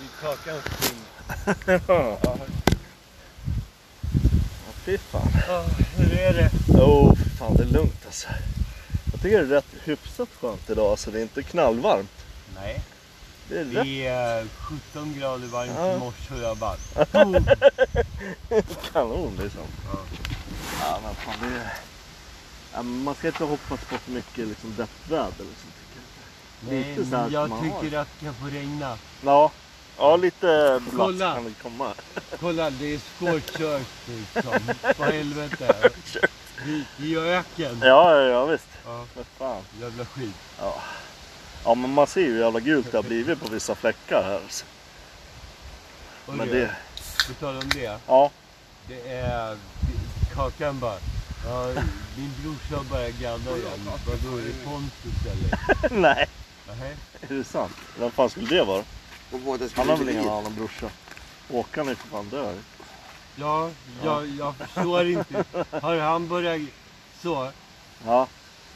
i kakan fin. Ja, Ja, fy fan. ja, hur är det? Jo, för fan det är lugnt alltså. Jag tycker det är rätt hyfsat skönt idag alltså. Det är inte knallvarmt. Nej, Det är rätt det är 17 grader varmt Ja. i morse och jag bara... Oh, kanon liksom. Ja. Ja, men fan det är... Ja, men man ska inte hoppas på för mycket liksom deppväder liksom, tycker jag. nej, Lite så här jag man tycker att det kan få regna. Ja, ja lite blött Kolla. kan det komma. Kolla, det är skålkört liksom. På helvete. I, i öken. Ja, ja, ja visst. Ja, Men fan. jävla skit. Ja, men man ser ju hur jävla gult det har blivit på vissa fläckar här. Alltså. Och Men du, det, På tal om det. ja. Det är... Kakan bara... Ja, min brorsa bara gaddar igen. Vadå, är det Pontus eller? Nej, Nähä? är det sant? Vem fan skulle det vara? Och båda skulle Han har bli väl ingen dit. annan brorsa? Håkan är ju för fan död. Ja, jag, jag förstår inte. Har han börjat så? Ja,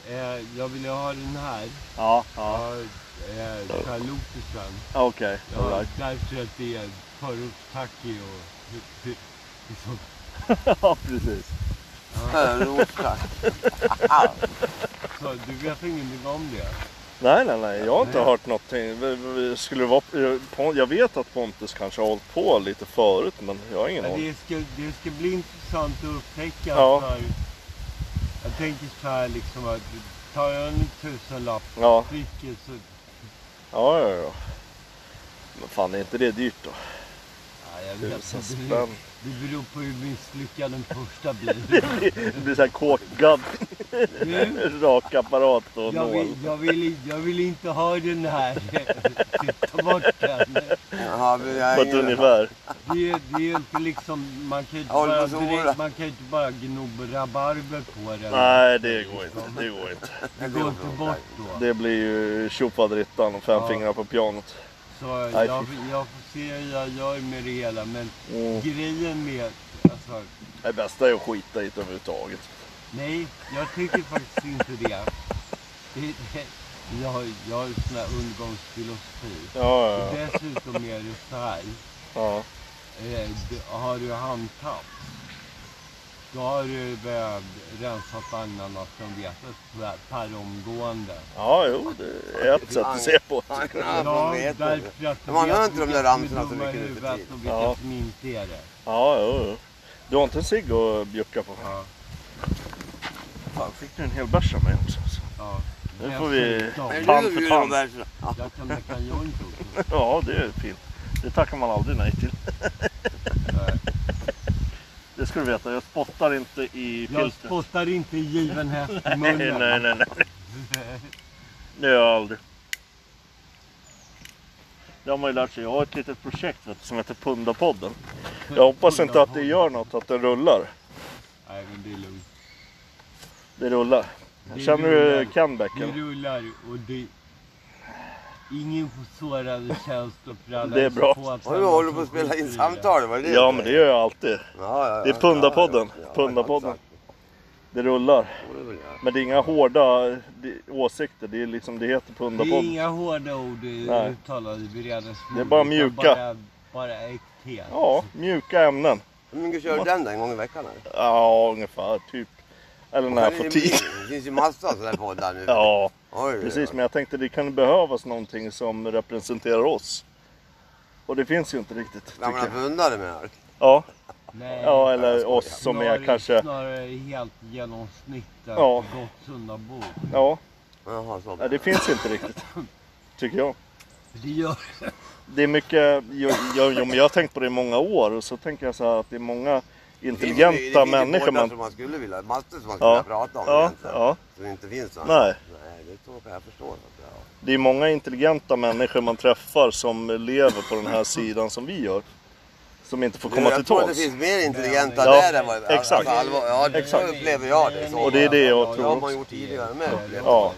Eh, jag ville ha den här. ja, Ja. ja. Eh, Charlottensen. ja, Okej, Ja, alright. Därför att det är förortstacki och... Liksom. Ja, precis. Förortstack. Så, du vet ingenting om det? Nej, nej, nej. Jag har inte Nej. hört någonting. V- v- Skulle det vara... Pon- Jag vet att Pontus kanske har hållit på lite förut, men jag har ingen Men aning. det, ska, det ska bli intressant att upptäcka. Ja. För, jag tänker så här liksom att tar jag en tusenlapp Ja, pricken så... ja, ja, ja. Men fan, är inte det dyrt då? Ja, jag vet Tusen inte. Det beror- spänn. Det beror på hur misslyckad den första blir. Det blir såhär kåkgadd, Du, rakapparat och Jag nål. vill, jag, vill, jag vill inte ha den här. Ta bort den. Jaha, men På jag ett ungefär. Det, är- det är inte liksom, man kan ju inte Jag håller bara, på så direkt, hårt. man kan ju inte bara gno rabarber på den. Nej, det går inte. Det går inte. Det går inte bort då. Det blir ju tjofaderittan och fem Ja. fingrar på pianot. Så Nej, jag, jag får se hur jag gör med det hela. Men Mm. grejen med, alltså, Det bästa är att skita i det överhuvudtaget. nej, jag tycker faktiskt inte det. det jag, har- jag har ju sån här undergångsfilosofi. Ja, ja, ja. Dessutom är det så här. ja. Eh, d- har du handtapp, då har du eh, rensat vagnarna från vetet per- per omgående. Ja, jo, det är ett sätt att se på det. Ja, man vet inte. att du Men man vet har inte de vilka där som är ramsorna som dumma i rycker ut i huvudet tid. och vilka Ja. som inte är det. Ja, jo, jo. Du har inte en cigg att bjucka på? Ja, Fan, fick du en hel bärs av mig också? alltså? ja. Nu får vi- Dessutom, Men Fan nu för bjuder fan. de bärsen. Ja, Jag kan mecka joint också. Ja, det är fint. Det tackar man aldrig nej till. Nej. Det ska du veta, jag spottar inte i Jag filtret. spottar inte i given häst i Nej, munnen. nej, nej, nej. Det gör jag aldrig. Det har man ju lärt sig. Jag har ett litet projekt vet du, som heter Pundapodden. Jag hoppas inte att det gör något, att den rullar. Nej, men det är lugnt. Det rullar. Det Känner rullar. du Kenbeck? Det eller? rullar och det... Ingen får sårade känslor för alla Det är är så bra. på att Och du alla håller som på att spela skiter i in det. samtal, var det det? Ja, men det gör jag alltid. Ja, ja, ja. Det är Pundapodden. Ja, ja, ja. Pundapodden. Exakt. Det rullar. Det borde väl göra. Men det är inga hårda eh, det- åsikter. Det, är liksom, det heter Det är Pundapodden. inga hårda ord i- Nej. uttalade vid redas Det är bara mun, utan mjuka. Bara, bara äkthet. Ja, mjuka ämnen. Hur mycket kör du den då? En gång i veckan eller? Ja, ungefär. Typ. Eller när jag Sen är får det- tid. Det finns ju massa sådana här poddar nu. Ja, Oj, oj, precis. oj. Men jag tänkte det kan behövas någonting som representerar oss. Och det finns ju inte riktigt, Ja, tycker men alltså- jag. pundare menar du? Ja, Nej, ja eller oss som snarare- är kanske... Snarare helt genomsnittet. Ja. Gott sundabo. Ja, Jaha, så. nej, det finns inte riktigt. Tycker jag. Det gör... Det är mycket, jag, jag, jag, men jag har tänkt på det i många år och så tänker jag så här att det är många Det finns ju- intelligenta Det finns ju människor poddar man... som man skulle vilja, massor som man skulle Ja, vilja prata om ja, egentligen. ja. Som inte finns någon. Nej. Nej, det tror jag jag förstår. Att, ja. Det är många intelligenta människor man träffar som lever på den här sidan som vi gör. Som inte får komma jag till tror att tals. det finns mer intelligenta Ja, där än vad exakt. Alltså, allvar, ja, det Exakt. så upplever jag det. Så. Och det är det jag Det tror har också. man gjort tidigare med. upplever jag. Ja,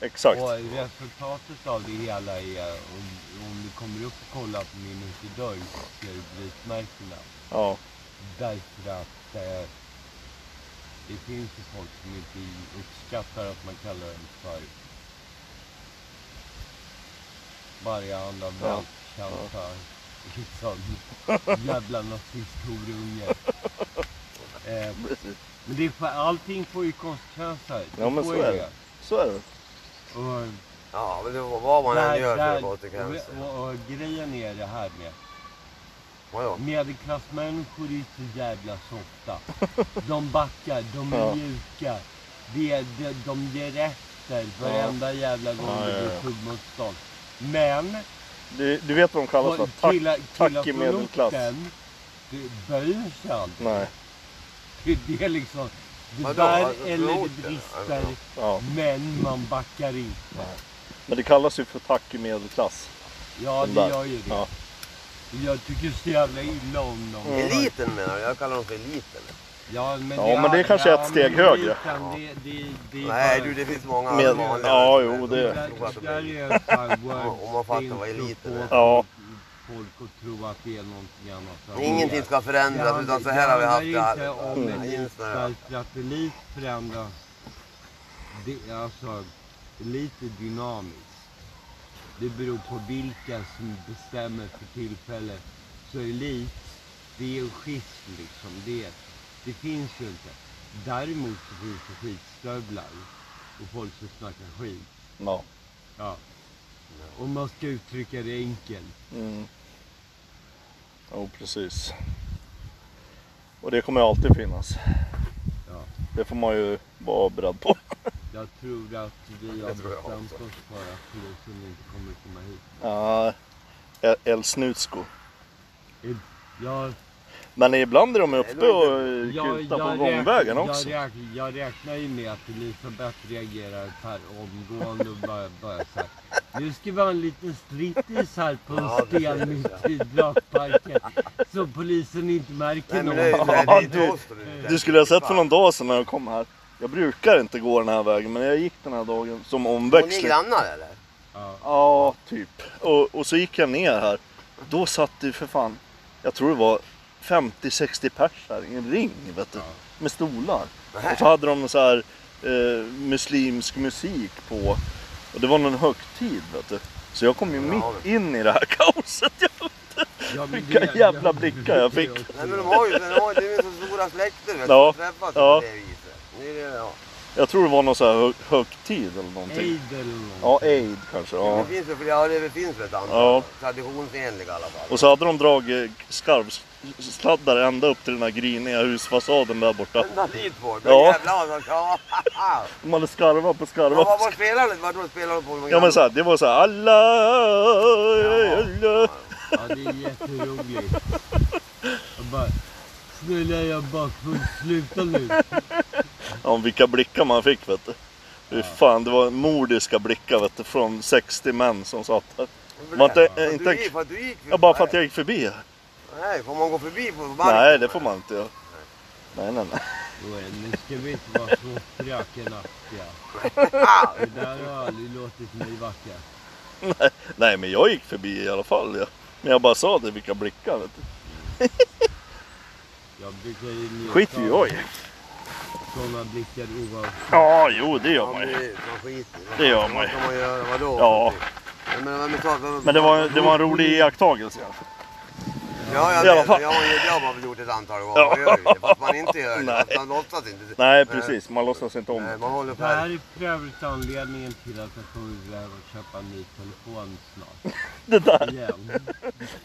exakt. Och resultatet av det hela är, om, om du kommer upp och kollar på min ytterdörr så ser du brytmärkena. Ja, Därför att eh, det finns ju folk som inte uppskattar att man kallar den för varje andra Ja. världskämpa. liksom jävlarnas fiskhorunge. Eh, men det är, för- allting får ju konsekvenser. Det Ja, men får så ju är det. Så är det. Och Ja, men det var vad man där- än gör så är där- det bara till gränsen. och, och, och grejen är det här med Vadå? Medelklassmänniskor är så jävla softa. De backar, de är Ja. mjuka. De, de, de ger efter varenda jävla gång Ja, ja, det ja. blir tuggmotstånd. Men Du, du vet vad de kallas för? och Tack, killar- killar tack i från medelklass. orten, det böjer sig aldrig. Nej. Det, det är liksom, det Vadå? där Alltså, eller det orten? brister, Ja. men man backar inte. Men det kallas ju för tack i medelklass. Ja, Den det där. gör ju det. Ja. Jag tycker så jävla illa om dem. Eliten menar du? Jag kallar dem för eliten. Ja, men, Mm. Ja, men det är kanske ett men steg det- högre. det, det, det är Nej bara- du, det finns många Med- vanliga. ja, jo, det- det där- det där är ett par words Om man fattar vad för att eliten få är. Ja. Folk att tro att det är någonting annat. Ingenting ska förändras utan så här har vi haft det Det handlar inte om en Mm. här. elit, därför att elit förändras. Det, är alltså, elit är dynamiskt. Det beror på vilka som bestämmer för tillfället. Så elit, det är en schism liksom. Det, det finns ju inte. Däremot så finns det skitstövlar och folk som snackar skit. Ja. Ja. Om man ska uttrycka det enkelt. Mm. Jo, precis. Och det kommer alltid finnas. Ja. Det får man ju vara beredd på. Jag tror att vi har Det tror jag bestämt också. oss för att polisen inte kommer att komma hit. Ja, El- El Snutsko. Jag, Men ibland är de uppe och jag, kutar på jag, gångvägen räkn- också. jag, räk, jag räknar ju med att Elisabeth reagerar per omgående och bara, bara så här. Nu ska vi ha en liten strittis här på Ja, en det sten ser mitt i dragparken. Så polisen inte märker Nej men något. det är ju Ja, det är inte du- oss då, det är Du skulle ha sett för någon dag sedan när jag kom här. Jag brukar inte gå den här vägen men jag gick den här dagen som Bor ni omväxling. grannar eller? Ja. Ja, typ. Och, och så gick jag ner här. Då satt det ju för fan, jag tror det var 50-60 pers här i en ring vet du. Med stolar. Och så hade de så här eh, muslimsk musik på. Och det var någon högtid vet du. Så jag kom ju Ja, mitt in i det här kaoset. Jag- Ja, men Vilka det- jävla blickar jag fick. Nej men de har ju, de har, det är ju så stora släkter vet du. Ja, De träffas ja. på det viset. Det är det, ja. Jag tror det var någon så här hö- högtid eller någonting. Aid eller något. Ja, Eid kanske. Ja. Det finns ju, ja det finns väl ett antal. Ja. Traditionsenliga i alla fall. Och så hade de dragit skarvsladdar ända upp till den här gryniga husfasaden där borta. Ända dit bort. Ja. Ja. Jävlar alltså. Ja. haha. De hade skarvat på Ja, Vad vad skarvat. spelar du? Vadå spelar du på? Ja men så här, det var så här alla, alla. Ja, det är jätteroligt. Jag bara, snälla jag är bakfull, sluta nu. Ja, vilka blickar man fick vet du. Fy fan, det var mordiska blickar vet du från 60 män som satt här. Varför var inte- det? För att inte- du gick- för att du gick förbi. Ja, bara för att jag gick förbi. Nej, får man gå förbi på marken? Nej, det får man inte göra. Nej, nej, nej. Jo, Nu ska vi inte vara så frökenaktiga. Det där har aldrig låtit mig vacka. Nej, men jag gick förbi i alla fall. Ja. Men jag bara sa det, vilka blickar vet du. Jag brukar ju njuta Skit ju jag i. sådana blickar oavsett. Ja, jo det gör Ja, man men ju. det- man skiter i det. Det gör man Vad ju. ska man göra? Vadå? Ja. Jag menar, vem är klart- vem- Men det var, det var en rolig iakttagelse. ja. Ja, jag I alla vet. fall. Jag har ju- jag har bara gjort ett antal gånger. Ja. Man gör ju det. Fast man inte gör det. Nej. Fast Man låtsas inte. Nej, precis. Man låtsas inte om Nej, det. Man håller Det här på. är för övrigt anledningen till att jag kommer behöva köpa en ny telefon snart. Det där Igen.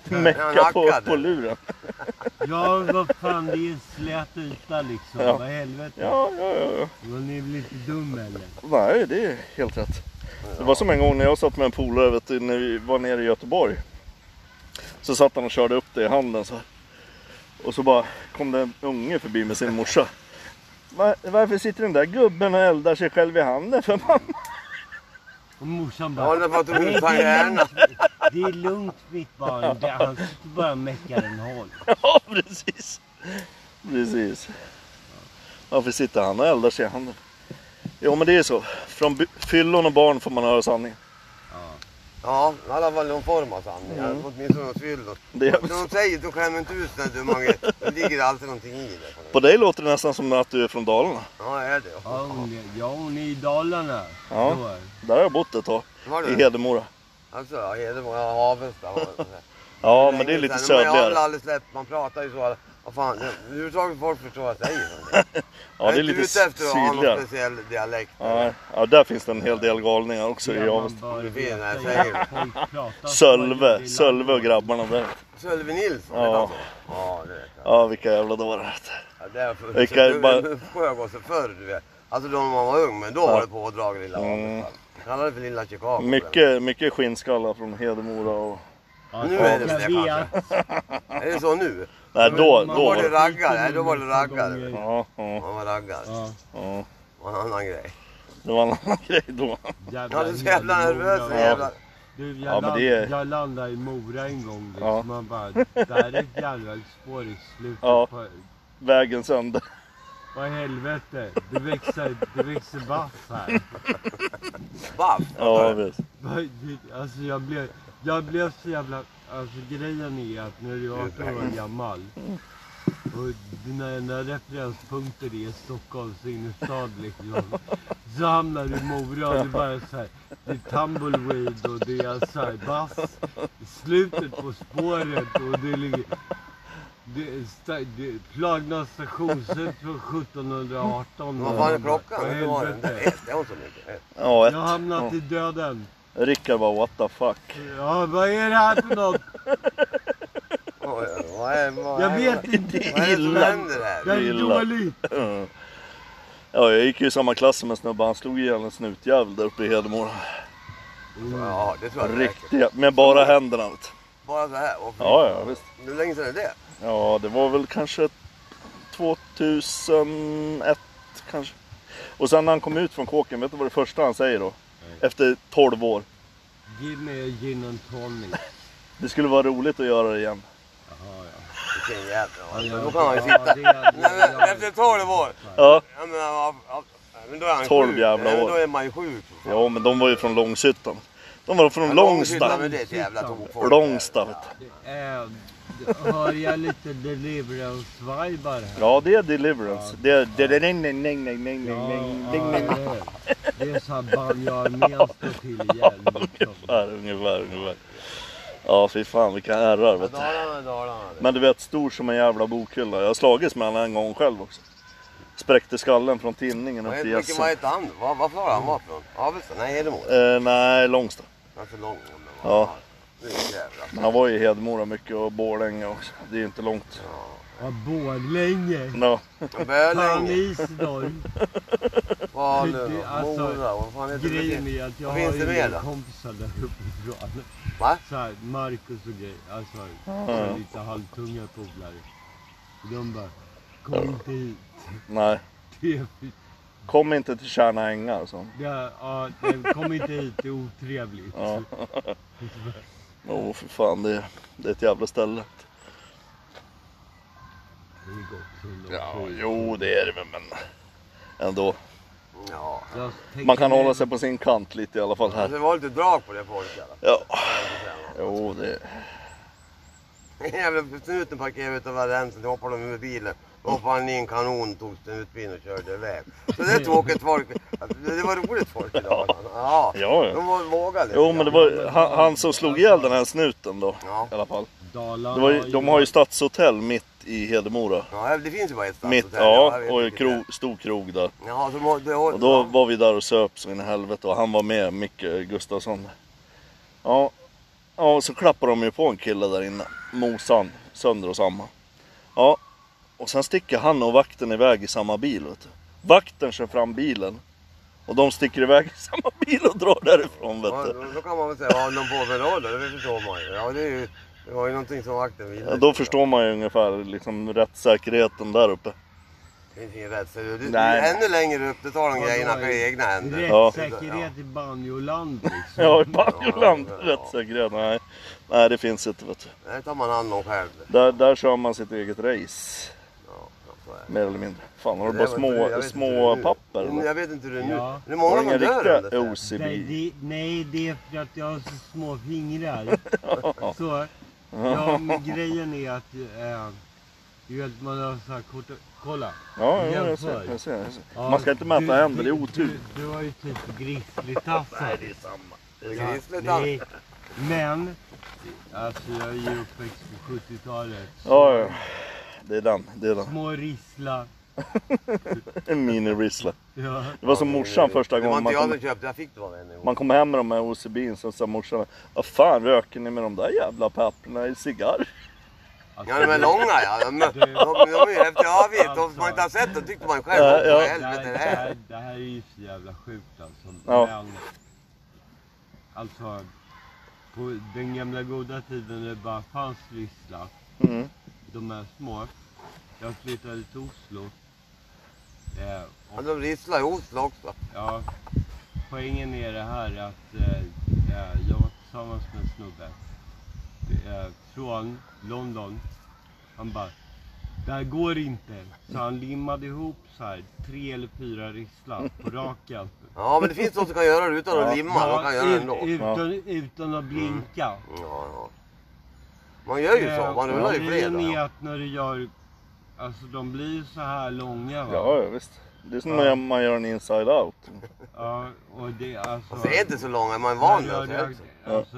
mecka på, på luren. Ja, vad fan, det är en slät yta liksom. Ja. Vad helvete. Ja, ja, ja. ja. Men ni är väl inte dum eller? Nej, det är helt rätt. Det var som en gång när jag satt med en polare vet du, när vi var nere i Göteborg. Så satt han och körde upp det i handen så här. Och så bara kom det en unge förbi med sin morsa. "Va- Varför sitter den där gubben och eldar sig själv i handen för mamma? Och morsan bara... Ja, det typ är för att de inte har hjärna. Det är lugnt mitt barn. Det, han sitter bara och meckar en hål. Ja, precis. Precis. Varför sitter han och eldar sig i handen? Jo, men det är så. Från by- fyllon och barn får man höra sanningen. Ja, i alla fall någon form av sanning. Mm. Åtminstone något fyll. då. Det är... När de säger det, då skämmer inte ut den dumma grejen. Det ligger alltid någonting i det. På dig låter det nästan som att du är från Dalarna. Ja, det är det. Ja, hon är, ja, hon är i Dalarna. Ja. Då. Där har jag bott ett tag. Var I det? Hedemora. Alltså, ja, Hedemora, Avesta. vad var det? Ja, länge men det är lite sedan. Men Jag har väl södligare. aldrig släppt, man pratar ju så. Vad fan, jag- överhuvudtaget folk förstår vad jag säger. Ja, jag det är lite ute efter att ha någon sydligare. speciell dialekt. Ja, ja, där finns det en hel del galningar också i Ja, man Avesta. bör Det finns, veta jag säger ju det. att folk pratar så i Sölve, landet. Sölve och grabbarna där. Sölve Nilsson, Ja. ja. han så? Ja, det vet jag. Ja, vilka jävla dårar. Ja, det är för, Det kan ju bara- bara... Sjögåse förr, du vet. Alltså då när man var ung, men då var det pådrag i lilla Mm. mm. Kallade det för lilla Chicago. Mycket, mycket skinnskallar från Hedemora och... Ja, Nu är det jag det vet. Är det så nu? Nej, då, Man då var det det... raggare, nej, då var det Ja, raggare. Ja, ja, Man var raggare. ja. ja. Det var en annan grej. Det var en annan grej då. Jag blev så jävla nervös. Hedemora. så Jävla... Du, jag, Ja, men land, det är- jag landade i Mora en gång. Liksom. Ja. Man bara, där är ett järnvägsspår i slutet Ja. på... Vägen sönder. Vad i helvete, det växer, det växer baff här. Baff! Ja, visst. Vad- det- Alltså jag blev, jag blev så jävla... Alltså grejen är att när du är 18 år gammal och dina enda referenspunkter är Stockholms innerstad liksom. Så hamnar du i Mora och det är bara så här, det är tumbleweed och det är så här bass. Slutet på spåret och det ligger... Det är sta- det- Flagna stationshus från 1718. Vad fan är klockan? Vad i Hur var den? helvete? Ett, det var så mycket. Ett. Ja, Jag ett. har hamnat Ja. i döden. Rickard bara what the fuck. Ja, vad är det här för något? Oj, oj, Vad är, vad är, Jag vet inte. Vad är det som Illa. händer här? Jag är Illa. dålig. Mm. Ja, jag gick ju i samma klass som en snubbe. Han slog ihjäl en snutjävel där uppe i Hedemora. Ja, det tror jag säkert. Riktiga, med bara händerna. Vet. du. Bara så här. Och Ja, ja, visst. Hur länge sedan är det? Ja, det var väl kanske 2001 kanske. Och sen när han kom ut från kåken, vet du vad det första han säger då? Efter 12 år. Ge mig en gin and tonic. Det skulle vara roligt att göra det igen. Jaha, ja. Vilken jävla... Ja, ja. Då kan man ju sitta... Ja, det är- det Nej, är- men Efter 12 år. Ja, Ja, men, ja, ja, men då är han Tolv sjuk. jävla Nej, men år. Då är man ju sjuk. för fan. ja men de var ju från Långshyttan. De var från Långshyttan, Långsta. men Det är ett jävla tokfolk. Långsta. vet du. Eh, Hör jag lite deliverance-vibar här? Ja, det är Deliverance. Det är... det är- nej, nej, nej, nej, nej, nej, Ja, nej, ja, nej, nej. det är- det är så här banjoarmén står till igen. liksom. Ungefär, ungefär, ungefär. Ja, fy fan vilka herrar Ja, vet du. Dalarna, Dalarna. Men du vet, stor som en jävla bokhylla. Jag har slagits med honom en gång själv också. Spräckte skallen från tinningen Vad upp heter- till Vilken var gässen. hette han? Var- Varför var han var från? Avesta? Nej, Hedemora. Eh, nej, Långsta. Han är för lång. Ja. Nu jävlar. Men han var ju i Hedemora mycket och Borlänge också. Det är ju inte långt. Ja, Borlänge. No. Bölänge, Panisdorp. Falun, Det- alltså, Mora, vad fan heter Grejen det? är att jag Vad har finns det ju mer en då? kompisar där uppifrån. Va? Så här, Marcus och grejer. Alltså, Ja. lite halvtunga polare. De bara, kom inte hit. Nej. Det är fy- Kom inte till Tjärna ängar så. Det är, ja, nej, kom inte hit, det är otrevligt. Ja. Jo, för fan. Det, det är ett jävla ställe. Det är gott som de Ja, säger. jo, det är det väl, men ändå. Ja. Jag tänker Man kan mig- hålla sig på sin kant lite i alla fall Alltså, här. det var lite drag på det folk i alla fall. Ja, kan jag säga. jo, det... Jävla snuten parkerade utanför rensen, då hoppade de ur bilen. Då hoppade han i en kanon, tog snutbilen och körde iväg. Så det är tråkigt folk. Det var roligt folk idag. Ja, Ja, ja. de var vågade. lite Jo, men det grann. var han, han som slog ihjäl den här snuten då. Ja. I alla fall. Dalarna Det var ju, de har ju stadshotell mitt i Hedemora. Ja, det finns ju bara ett stadshotell. Mitt, jag ja, vet och en inte det. krog, stor krog där. Jaha, så må, det, Och då var vi där och söp så in i helvete och han var med, Micke Gustafsson. Ja, ja och så klappade de ju på en kille där inne. Mosan, sönder och samma. Ja, och sen sticker han och vakten iväg i samma bil. Vet du. Vakten kör fram bilen och de sticker iväg i samma bil och drar därifrån. Vet ja, du. då, då kan man väl säga, vad håller de på med då? då? Det förstår man ju. Ja, det, är ju, det var ju någonting som vakten ville. Ja, då förstår man ju ungefär liksom rättssäkerheten där uppe. Det finns ingen rätt. Så du, du, Nej. ännu längre upp, då tar de Ja, grejerna då är- på egna händer. Rättssäkerhet i banjoland liksom. Ja, i Banjoland. Mm. Ja, ja, ja. Rättssäkerhet, nej. Nej, det finns inte vet du. Ja, Det tar man hand om själv. Där, där kör man sitt eget race. Ja, ja, så är det. Mer eller mindre. Fan, har du Det bara var inte- jag vet små, inte små hur det är nu. papper? Mm, eller? Jag vet inte hur det är nu. Ja. Det är Har du många som inga dör om riktiga det. sen. Nej OCB? det, nej, det är för att jag har så små fingrar. Så, ja, men grejen är att eh, du vet, man har så här korta... Kolla! Ja, ja, jag Jämför. ser, jag ser, jag ser. Ja, Man ska inte mäta du- händer, det är du- otur. Du, du har ju typ grizzlytassar. samma. Det är Ja, grissligt, alltså. nej. Men Alltså jag är ju uppväxt på 70-talet. Ja, ja. Det är den. Det är den. Små risslar. En mini Rizzler. Ja. Det var som morsan första Det var gången inte man jag kom, som köpte, jag fick det av henne. man kom hem med de här OCB'n så sa morsan Vad fan röker ni med de där jävla papperna i cigarr? Alltså, Ja de är långa ja. De, de, de, de är ju häftiga. Ja jag vet. Om man inte har sett dem tyckte man själv. Ja, Vad ja. i det, här, helvete är det, det här? här, det här är ju så jävla sjukt alltså. Ja. Men, alltså, på den gamla goda tiden när det bara fanns risslar. Mm. De är små. Jag flyttade till Oslo. Eh, och Ja, de risslar i Oslo också. Ja, poängen är det här att eh, eh, jag var tillsammans med en snubbe eh, från London. Han bara, det här går inte. Så han limmade ihop så här tre eller fyra risslar på raken. Ja men det finns de som kan göra det utan Ja. att limma. De Mm. kan göra det ändå. Ja, Mm. utan, utan att blinka. ja. Man gör ju så. Man Eh, rullar ju grejen flera. är ja. att när du gör, alltså de blir ju så här långa va? Ja, ja visst. Det är som när man gör en inside out. Ja, och det är alltså... Fast det är inte så långa. Man är van vid Jag det. rök, också. alltså,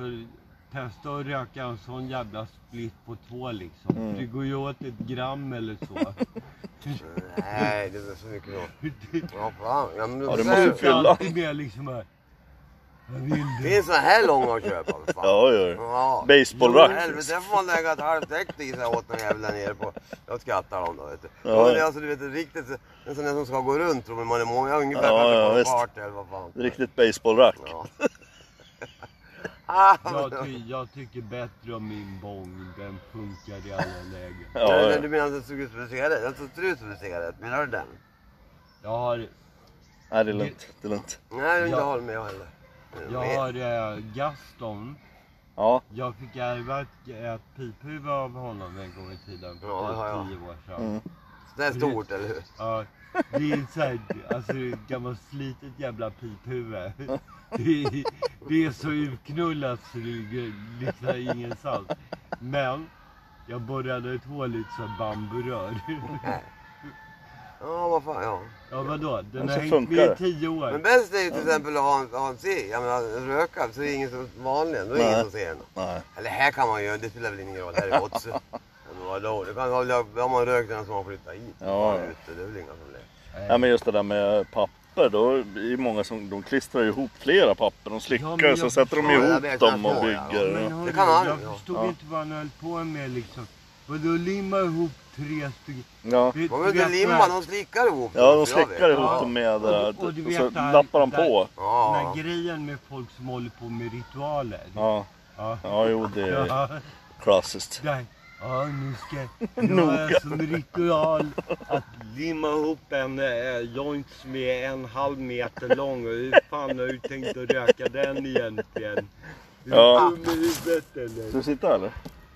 testa att röka en sån jävla split på två liksom. Det går ju åt ett gram eller så. Nej det är så mycket då. det Ja fan. Ja, men Ja, det måste det, finns ju- fylla. alltid med liksom här. Jag vill det det. är så här långa att köpa. för fan. Ja, ja. ja. Ja. Baseballrack. Helvete, där får man lägga ett halvt äkt i sig åt den jävla nere på. Jag skrattar dem då vet du. Ja, Ja, det är ja. alltså du vet en riktigt så- en sån där som ska gå runt tror man, man är många, jag har ungefär Ja, kanske ja, på en visst. kvart eller vad fan. Riktigt baseballrack. Ja. ah, men, Jag, ty, jag tycker bättre om min bong. Den funkar i alla lägen. Ja, Nej, ja. men du menar att den såg ut som en cigarett? Den såg inte ut som en cigarett, menar du den? Jag har, Nej, det är lugnt. Det är lugnt. Nej, jag inte Ja. håller med jag heller. jag har eh, Gaston. Ja, Jag fick ärva ett, ett piphuvud av honom en gång i tiden. För typ Ja, ja, ja. tio år sedan. Mm. Det är stort, eller hur? Ja, det är såhär, alltså det är ett gammalt slitet jävla piphuvud. Det är, det är så utknullat så det är liksom ingenstans. Men, jag borrade ett hål i ett sånt bamburör. Ja, vad fan, ja. Ja vadå, den Men har så hängt funkar med i det. tio Men år. bäst är ju till exempel att ha en, ha en cigg, jag menar röka, så är det ingen som vanligen, då är det Nej. ingen som ser den. nej. Eller här kan man ju, det spelar väl ingen roll, här är gott. Men vadå, det kan vara, har man rökt den som har flyttat hit. Ja. Ja. Ute, det är väl inga problem. Ja, men just det där med papper. Då är det ju många som de klistrar ihop flera papper. De Ja, slickar men jag så sätter de förstår. Ja, jag ihop vet, dem jag och förstår, ja. bygger. Men Ja, hörru, kan han jag ju, ja. förstod Ja. inte vad han höll på med liksom. Vadå limma ihop tre stycken? ja. Vet- Man behöver vet inte du limma, vad- de slickar ihop. ja de jag vet. slickar ihop Ja. dem med det Och här. du- och du Och vet så det här- lappar de det här- på. Den här Ja. grejen med folk som håller på med ritualer. Ja, Ja. ja jo det är Ja. klassiskt. Nej, ja nu ska jag Noga. ha som ritual att limma ihop en eh, joint som är en halv meter lång och hur fan har du tänkt att röka den egentligen? Är du Ja. dum i huvudet eller? Ska du sitta eller?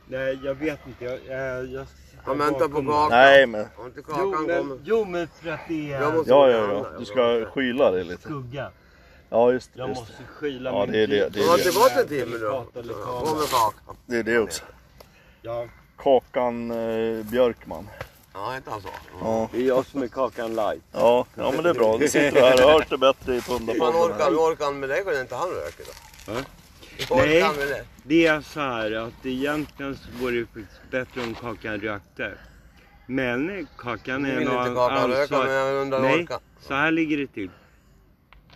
Nej jag vet inte, jag, eh, jag ska sitta Han väntar på bakom. kakan. Nej men. Om inte kakan Jo men, kommer. jo men för att det Jag är måste- Ja, ja, ja. Du ska skyla dig lite. skugga. Ja just det. Jag Just det. måste skyla Ja, min det är det- blick. det är Var det. tillbaka en timme då. Eller Kommer kamera. kakan. det är det också. Ja, Kakan eh, Björkman. Ja, inte han så. Ja. det är jag som är Kakan Light. Ja, ja men det är bra. Nu sitter du här och hörs det bättre i Man Pundapodden. orkar, här. hur orkar han med det går inte han röker då. Va? Hur Orkar han med det? Det är så här att egentligen så vore det faktiskt bättre om Kakan rökte. Men Kakan Nu är vill en inte av Kakan röka men jag undrar hur Nej, orkar. så här ligger det till.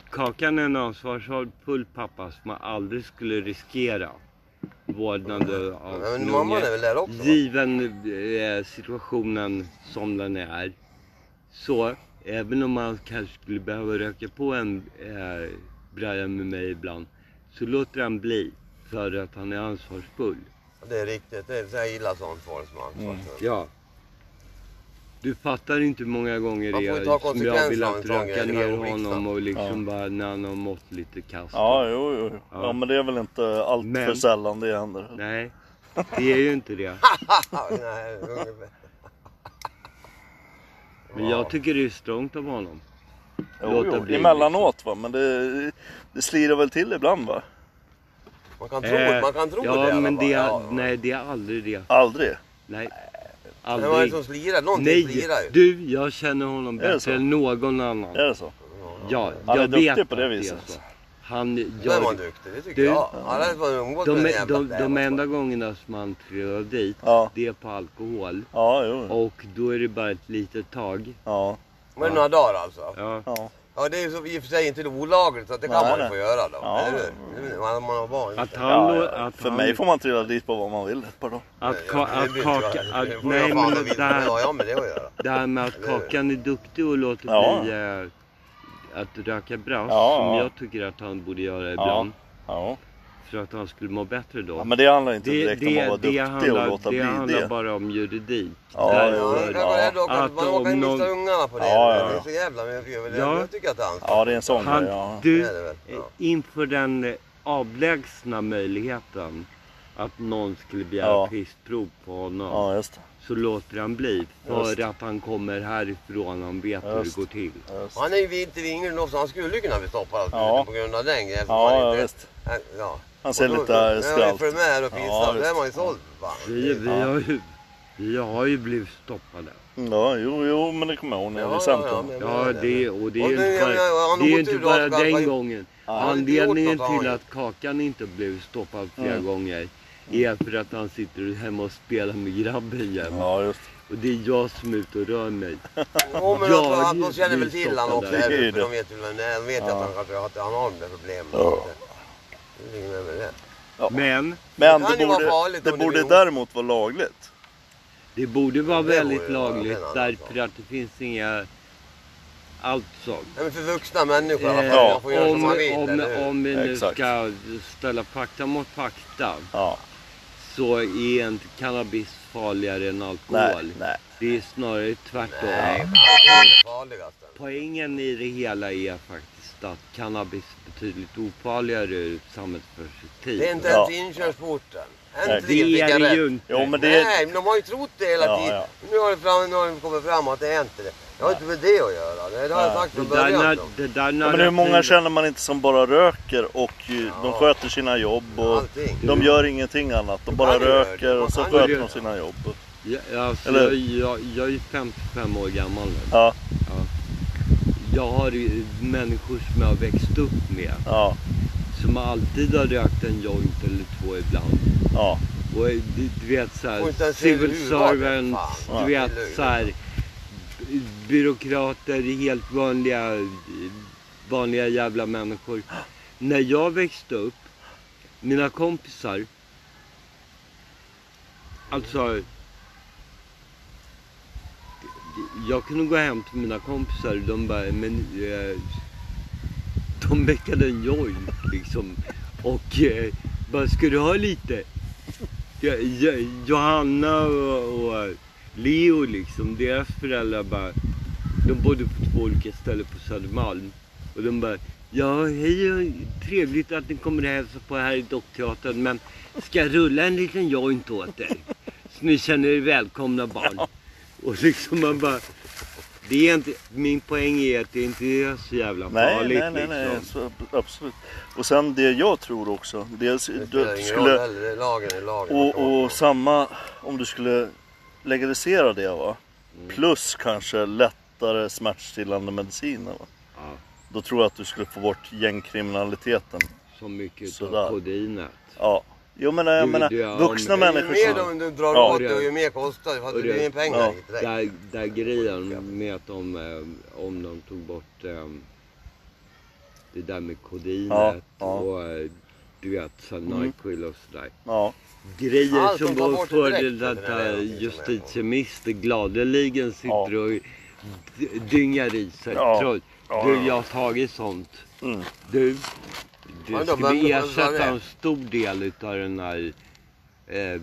Kakan är en ansvarsfull pappa som aldrig skulle riskera vårdnaden av Men sin mamman är unge. väl där också? va? Given eh, situationen som den är. Så även om man kanske skulle behöva röka på en eh, braja med mig ibland. Så låter han bli. För att han är ansvarsfull. Det är riktigt. Det är, så jag gillar sånt folk som har Mm. ansvar. Ja. Du fattar inte hur många gånger Man får ju det ta är som jag konsekvenserna vill av att en sån röka grej, det var ner ju olycksamt. honom och liksom bara när han har mått lite kast. Ja, jo, jo. jo. Ja, Ja. men det är väl inte allt för Men- sällan det händer. Nej, det är ju inte det. Nej, ungefär. Men jag tycker det är strångt av honom. Jo, Låt det jo, bli, emellanåt va, men det, det slirar väl till ibland va? Man kan tro, man kan tro Eh, ja, det i alla men fall. det, Ja, ja. Nej, det är aldrig det. Aldrig. Nej, Det var ju aldrig. som slirade, liksom någonting Nej, slirade ju. du, jag känner honom Är det så? bättre än någon annan. Är det så? Ja, Han är jag duktig vet på det att viset. så. han Då är man jag, duktig, det tycker Du- jag. Annars var man umgås de, med en de, jävla de, de främmande. alltså. enda gångerna som han trillar dit, Ja. det är på alkohol. Ja, jo. Och då är det bara ett litet tag. Ja, Men några dagar alltså. Ja. ja. Ja, det är ju så, i och för sig inte olagligt så att det kan Nej, man ju nej. få göra då. Ja. Eller hur? Det är väl- Man, man har barn. Att han, ja, lå- ja. Att För han, mig får man trilla dit på vad man vill ett par dagar. Att, Ja, ka, det att vet kaka... jag. Det Att, får nej jag fan men bevisa. det Vad här, har jag med det att göra? det här med att Eller hur? Kakan är duktig och låter Ja. bli eh, att röka brass, Ja, som ja. jag tycker att han borde göra ibland. Ja. För att han skulle må bättre då. ja, men det handlar inte det, direkt om att det, vara det, duktig handlar, och låta det bli handlar det. bara om juridik. Ja, Där ja, rör Ja, det det. kan- ja, ja, ja, Att man råkar ju om mista någon- ungarna på det. Ja, ja, Det är ja. så jävla mycket. Jag, Ja. jag tycker att det är ansvar. Ja, det är en sån Han, grej. Ja. Du, Det är det väl, ja. eh, inför den eh, avlägsna möjligheten att någon skulle begära Ja. pissprov på honom ja, just det. så låter han bli. För Just. att han kommer härifrån, han vet hur Just. det går till. Just. Han är ju inte vinglig då så han skulle ju kunna bli stoppad av Ja. polisen på grund av den grejen. eftersom Ja, han ja, inte- visst. Han- Ja. Han ser Och då- lite då- Ja, skralt. jag följer med här och Ja, pissar. Då visst. är man ju såld. fan. Vi, vi, Ja. har ju, vi har ju blivit stoppade. Ja, jo, jo, men det kommer jag ihåg när vi samtalade. men- Ja, det, och det är Och ju nu- inte bara, ja, ja, han det är ju har inte gått bara ut och han den bara- gången. han har inte gjort Anledningen något, han till har att Kakan inte blev stoppad flera Mm. gånger är för att han sitter hemma och spelar med grabben jämt. Ja, just Och det är jag som är ute och rör mig. Jo men Ja, jag tror att det är de känner väl till han också. stoppade. Det är Där, ju för det. de vet ju vem det är. De vet Ja. att han kanske har, han har de där problemen. Ja. Det är inget med det. Men Men Det kan det ju vara borde, farligt det om det borde blir- däremot vara lagligt. det borde vara Det borde väldigt vara lagligt en annan därför sak. att det finns inga... Alltså. Nej, men för vuxna människor i alla fall. eh, man får göra som om, man vill. om, eller hur? om vi nu Exakt. ska ställa fakta mot fakta Ja, så är inte cannabis farligare än alkohol. nej, nej. Det är snarare tvärtom. Nej, fan, det är det farligaste. Poängen i det hela är faktiskt att cannabis är betydligt ofarligare ur ett samhällsperspektiv. Det är inte Ja. ens inkörsporten. Nej. Äntligen det är fick jag det rätt. ju inte. Jo, men det är... Nej, men de har ju trott det hela Ja, tiden. ja. Nu, har det fram, nu har det kommit fram att det är inte det. Det har inte med det att göra. Det, det har jag Nej. sagt Det från där, början. när, då. det där Ja, men hur många narrativet- känner man inte som bara röker och ju, de sköter sina jobb och Allting. de gör ingenting annat. De bara Man kan ju göra det. röker och så Man kan ju sköter de göra det. sina jobb. Ja, alltså, Eller- jag, jag, jag är ju 55 år gammal nu. Ja, Jag har ju människor som jag har växt upp med ja, som alltid har rökt en joint eller två ibland. ja. Och du, du vet Får inte såhär, ens se hur civil det var, servants, fan. du Ja. vet såhär, by- byråkrater, helt vanliga, vanliga jävla människor. När jag växte upp, mina kompisar, alltså, jag kunde gå hem till mina kompisar och de bara, men, eh, de meckade en joint liksom. Och eh, bara, ska du ha lite? Ja, ja, Johanna och, och Leo liksom, deras föräldrar bara, de bodde på två olika ställen på Södermalm. Och de bara, ja hej och trevligt att ni kommer och hälsa på här i Dockteatern men ska jag rulla en liten joint åt er? Så ni känner er välkomna barn. Och liksom man bara, det är inte, min poäng är att det inte är så jävla Nej, farligt nej, nej, nej. liksom. Så, absolut. Och sen det jag tror också. Dels, Det spelar du ingen skulle... roll heller. Det är Lagen är lagen. Och, och samma om du skulle legalisera det va? Mm. Plus kanske lättare smärtstillande mediciner va? Ja, Då tror jag att du skulle få bort gängkriminaliteten. så mycket Sådär. av kodinet. Ja. Jo men jag Du- du är menar vuxna av med- ju människor mer som... de, du drar Ja. åt dig och ju mer kostar det. För att det Och det- blir ju pengar Ja. inte direkt. Där, där grejen med att de, eh, om de tog bort eh, det där med kodinet Ja, ja. Mm. och eh, du vet så här Nyquil och sådär. Ja. Grejer Allt som de tar vår bort före direkt, alltså, det där detta är någonting som är- justitieminister gladeligen sitter och d- dyngar i sig. Ja, Tror- ja, Du, ja. jag har tagit sånt. Mm. Du, Men du skulle då vänder man sig ersätta ner. en stor del utav den här, eh,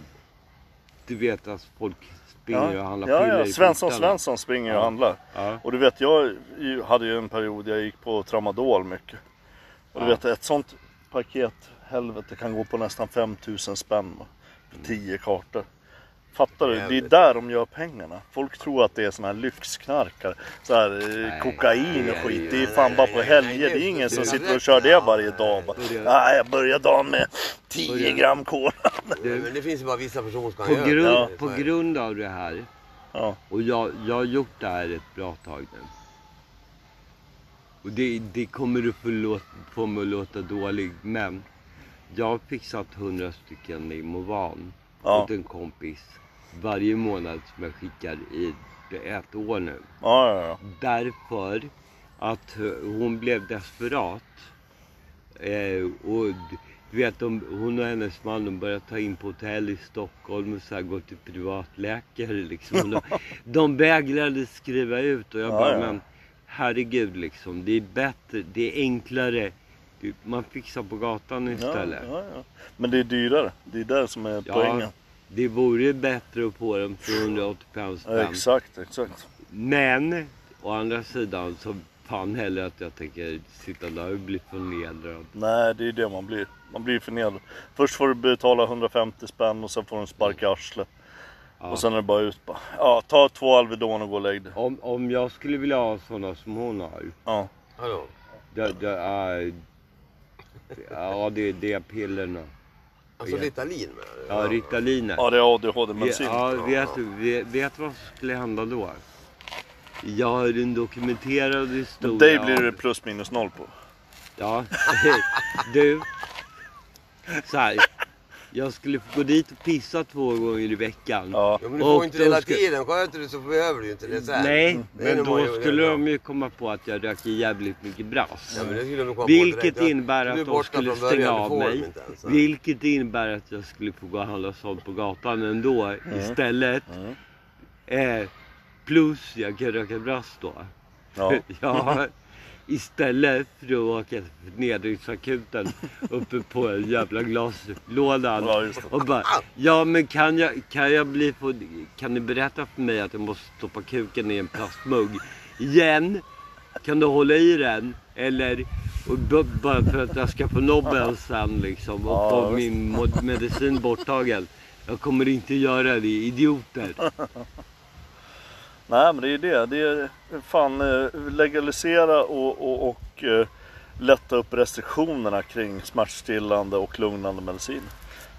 du vet att folk springer och Ja, handlar ja, piller ja. i Svensson buskarna. Svensson springer Ja. och handlar. Ja. Och du vet jag ju- hade ju en period jag gick på tramadol mycket. Och Ja. du vet ett sånt paket helvete kan gå på nästan 5000 spänn. va? Mm. För 10 kartor. Fattar du? Det är Jävligt. där de gör pengarna. Folk tror att det är såna här lyxknarkare. Så här, eh, Nej, kokain nej, och skit. nej, Det är nej, fan bara nej, på nej, helger. nej, Det är ingen det- som det- sitter och kör det varje dag. Bara, Börja- Nej, jag börjar dagen med 10 Börja- gram cola. Men men det finns ju bara vissa personer som På, kan göra grund, det. på grund av det här, Ja, och jag, jag har gjort det här ett bra tag nu. Och Och det, det kommer du förlåt, få mig att låta dålig, men jag har fixat hundra stycken i Movan Ja. åt en kompis varje månad som jag skickar i ett år nu. Ja, ja, ja. Därför att hon blev desperat. Eh, och d- du vet, de, hon och hennes man de började ta in på hotell i Stockholm och så här, gå till privatläkare. Liksom. De, de vägrade skriva ut och jag Ja, bara, ja. men herregud liksom. Det är bättre, det är enklare. Du, man fixar på gatan Ja, istället. ja, ja. Men det är dyrare. Det är det som är Ja, poängen. det vore bättre att få dem för 185 Ja, spänn. exakt, exakt. Men å andra sidan så fan heller att jag tänker sitta där och bli förnedrad. Nej, det är det man blir. Man blir förnedrad. Först får du betala 150 spänn och sen får du en spark i arslet. Ja. Och sen är det bara ut bara. Ja, ta två Alvedon och gå och lägg dig. Om, om jag skulle vilja ha sådana som hon har. Ja. Hallå? Det, det är... Ja, det är det är pillerna. Alltså Ja. Ritalin med? Ja, Ritalinet. ja, det är ADHD-medicin. Ja, vet du vet, vet vad som skulle hända då? Jag har en dokumenterad historia. Dig blir av- det plus minus noll på. Ja, du. Så här. Jag skulle få gå dit och pissa två gånger i veckan. Ja. Ja, men du får Och ju inte det hela då ska- tiden. Sköter du så behöver du ju inte Mm. det sen. Nej, Det är men nog då många som gör skulle det. de ju komma på att jag röker jävligt mycket brass. Ja, men det skulle de komma på direkt. Vilket Ja, innebär du är att de borta skulle från början, stänga du av får dem mig. inte ens. Vilket innebär att jag skulle få gå och handla sånt på gatan ändå istället. Eh, plus jag kan röka brass då. Ja. Ja, istället för att åka till förnedringsakuten uppe på en jävla glaslådan Ja, just det. och bara, ja men kan jag, kan jag bli på, kan ni berätta för mig att jag måste stoppa kuken i en plastmugg igen? Kan du hålla i den? Eller, och b- bara för att jag ska få nobben sen liksom och Ja, få visst. min mod- medicin borttagen. Jag kommer inte göra det, idioter. Nej men det är ju det. Det är fan eh, legalisera och, och, och eh, lätta upp restriktionerna kring smärtstillande och lugnande medicin.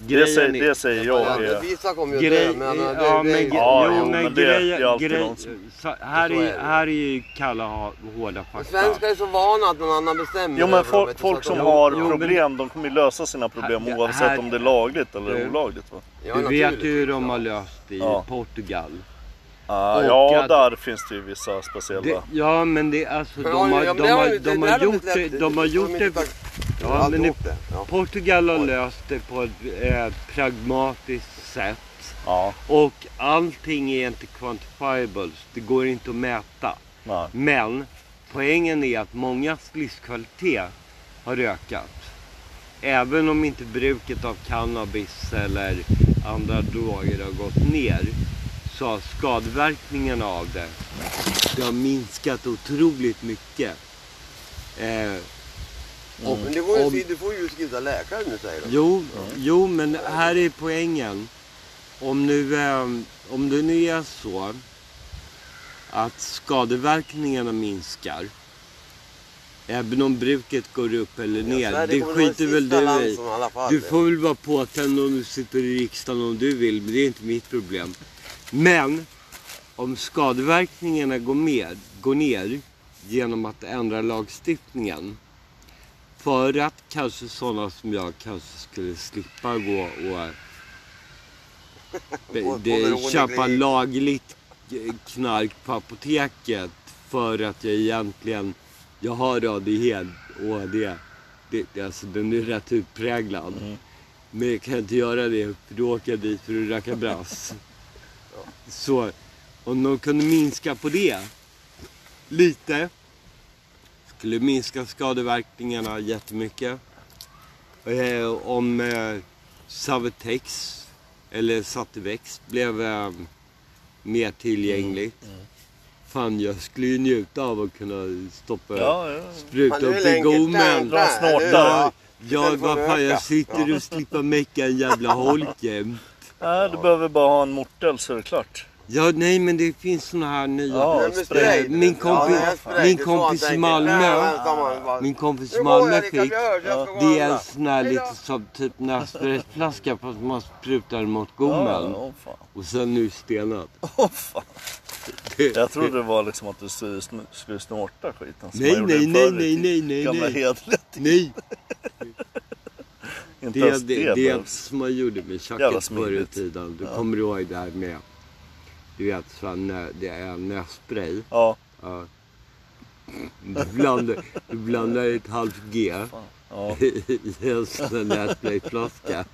Det, Grejen säger, är- det säger jag eh, men är... Vissa kommer ju Grej, dö, men... ja, men, det- det är gre- ju- Ja, jo, jo, men men det- grej, det är alltid grej, någon som- så, här, Så är är, det. här är ju kalla ha- hårda fakta. Svenskar är så vana att någon annan bestämmer. Mm. Jo över men dem, folk, vet du, folk så att som de- har jo, men- problem, de kommer ju lösa sina problem Här- oavsett här- om det är lagligt eller Du- olagligt va? Ja, du vet ju naturligtvis, hur de ja. har löst det i Ja. Portugal. Ah, Och ja, att- där finns det ju vissa speciella... Det, ja men det alltså Men de har, ja, de men det har, ju- de där har gjort inte det, släppt- de har gjort inte det. tagit- de har Ja, aldrig men gjort det. Ja. Portugal har löst det på ett eh, pragmatiskt sätt. Ja, Och allting är inte quantifiables. Det går inte att mäta. nej. Men poängen är att mångas livskvalitet har ökat. Även om inte bruket av cannabis eller andra droger har gått ner så har skadeverkningarna av det, det har minskat otroligt mycket. Eh, och, Men det får ju, om- du får ju skriva läkare nu säger de. Jo, jo, men här är poängen. Om nu, eh, om det nu är så att skadeverkningarna minskar. Även om bruket går upp eller ner. Sverige det kommer vara skiter det väl sista du land i. som i alla fall- Du får väl vara påtänd om du sitter i riksdagen om du vill. Men det är inte mitt problem. Men om skadeverkningarna går, med, går ner genom att ändra lagstiftningen. För att kanske sådana som jag kanske skulle slippa gå och eh, Gå- gå de, beroende köpa klinik. lagligt knark på apoteket för att jag egentligen, jag har ADHD och det, det, det- alltså den är rätt utpräglad. Men jag kan inte göra det för då åker jag dit för att röka brass. Så om de kunde minska på det lite. Skulle minska skadeverkningarna jättemycket. Eh, om eh, Savitex eller Sativex blev eh, mer tillgängligt. Mm, Fan, jag skulle ju njuta av att kunna stoppa Ja, ja. spruta upp i gommen. Dra snart där. Ja, Ja. jag, Istället för vad att fan, röka. jag sitter och slipper mecka en jävla holk jämt. Nej, du behöver bara ha en mortel så är det klart. Ja, nej men det finns såna här nya. Ja, Nej, men spray. spray. Min kompis- Ja, nej, spray, min det är kompis så i han tänker. Malmö- Nej, men someone bara- Min kompis Nu i går Malmö jag, Rickard, fick. jag hörs, jag ska gå och Det är en handla. sån här Hej då. lite som typ en aspirinflaska fast man sprutar mot Ja, gommen. åh, fan. Och sen nu stenat. Åh, fan. Jag trodde det var liksom att du sn- skulle snorta skiten. som Nej, man gjorde nej, förr nej, i nej, tiden. nej, nej, Gamla nej. hederliga tider. Nej, Inte det är ens det, det är behövs. som man gjorde med Jävla tjacket förr i smidigt. tiden. Du Ja. kommer ihåg det här med, du vet, så här, nö- det är nässpray. Ja, Ja. Du blandar, du blandar ett halvt G fan. Ja. i en sån där nässprayflaska.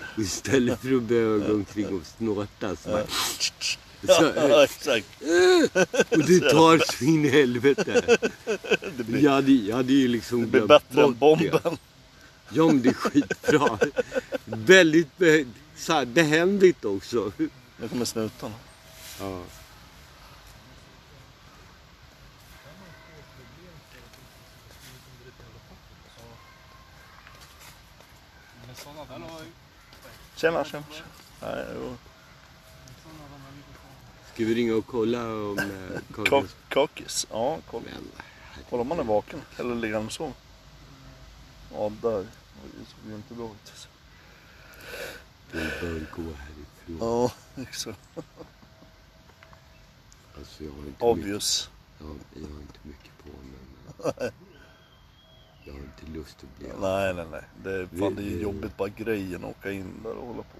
Och Istället för att behöva gå omkring och snorta så bara... Så, ja, exakt. och det tar så in i helvete. Det blir, Jag hade, jag hade ju liksom det blir bättre än bomben. Ja men det är skitbra. Väldigt be- så här, behändigt också. Nu kommer snuten. Ja. Tjena, tjena. tjena. Nej, jo. Ska vi ringa och kolla om eh, Karl Kak- Kakis. Ja, kolla. Men, Kolla om man är vaken eller ligger han och sover. Ja, där. Oj, Det såg ju inte bra ut. du bör gå härifrån. Ja, exakt. Alltså, jag har inte mycket, Obvious. jag, har- jag har inte mycket på mig. Men jag har inte lust att bli av. Nej, nej, nej. Det är, fan, det är ju Vi- jobbigt bara grejen att åka in där och hålla på.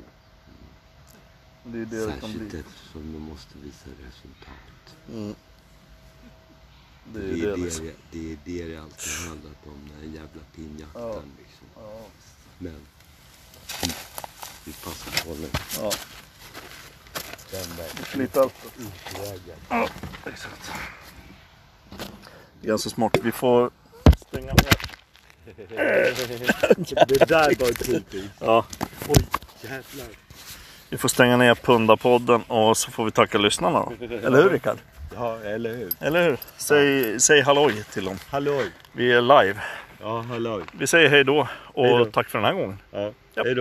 Det är det det kan Särskilt bli. eftersom de måste visa resultat. Mm. Det Det är är det det liksom. det, det, är det, det alltid har handlat om, den här jävla Ja. pinnjakten. Liksom. Ja. Men vi passar på nu. ja. Den där Lite allt. utvägen. Exakt. Ganska smart. Vi får stänga ner. Det där var typiskt. Ja. Oj, jävlar. Vi får stänga ner Pundapodden och så får vi tacka lyssnarna då. Eller hur Rickard? Ja, eller hur? Eller hur? Säg, säg halloj till dem. Halloj. Vi är live. Ja, halloj. Vi säger hej då och Hej då. tack för den här gången. Ja. Japp. Hej då.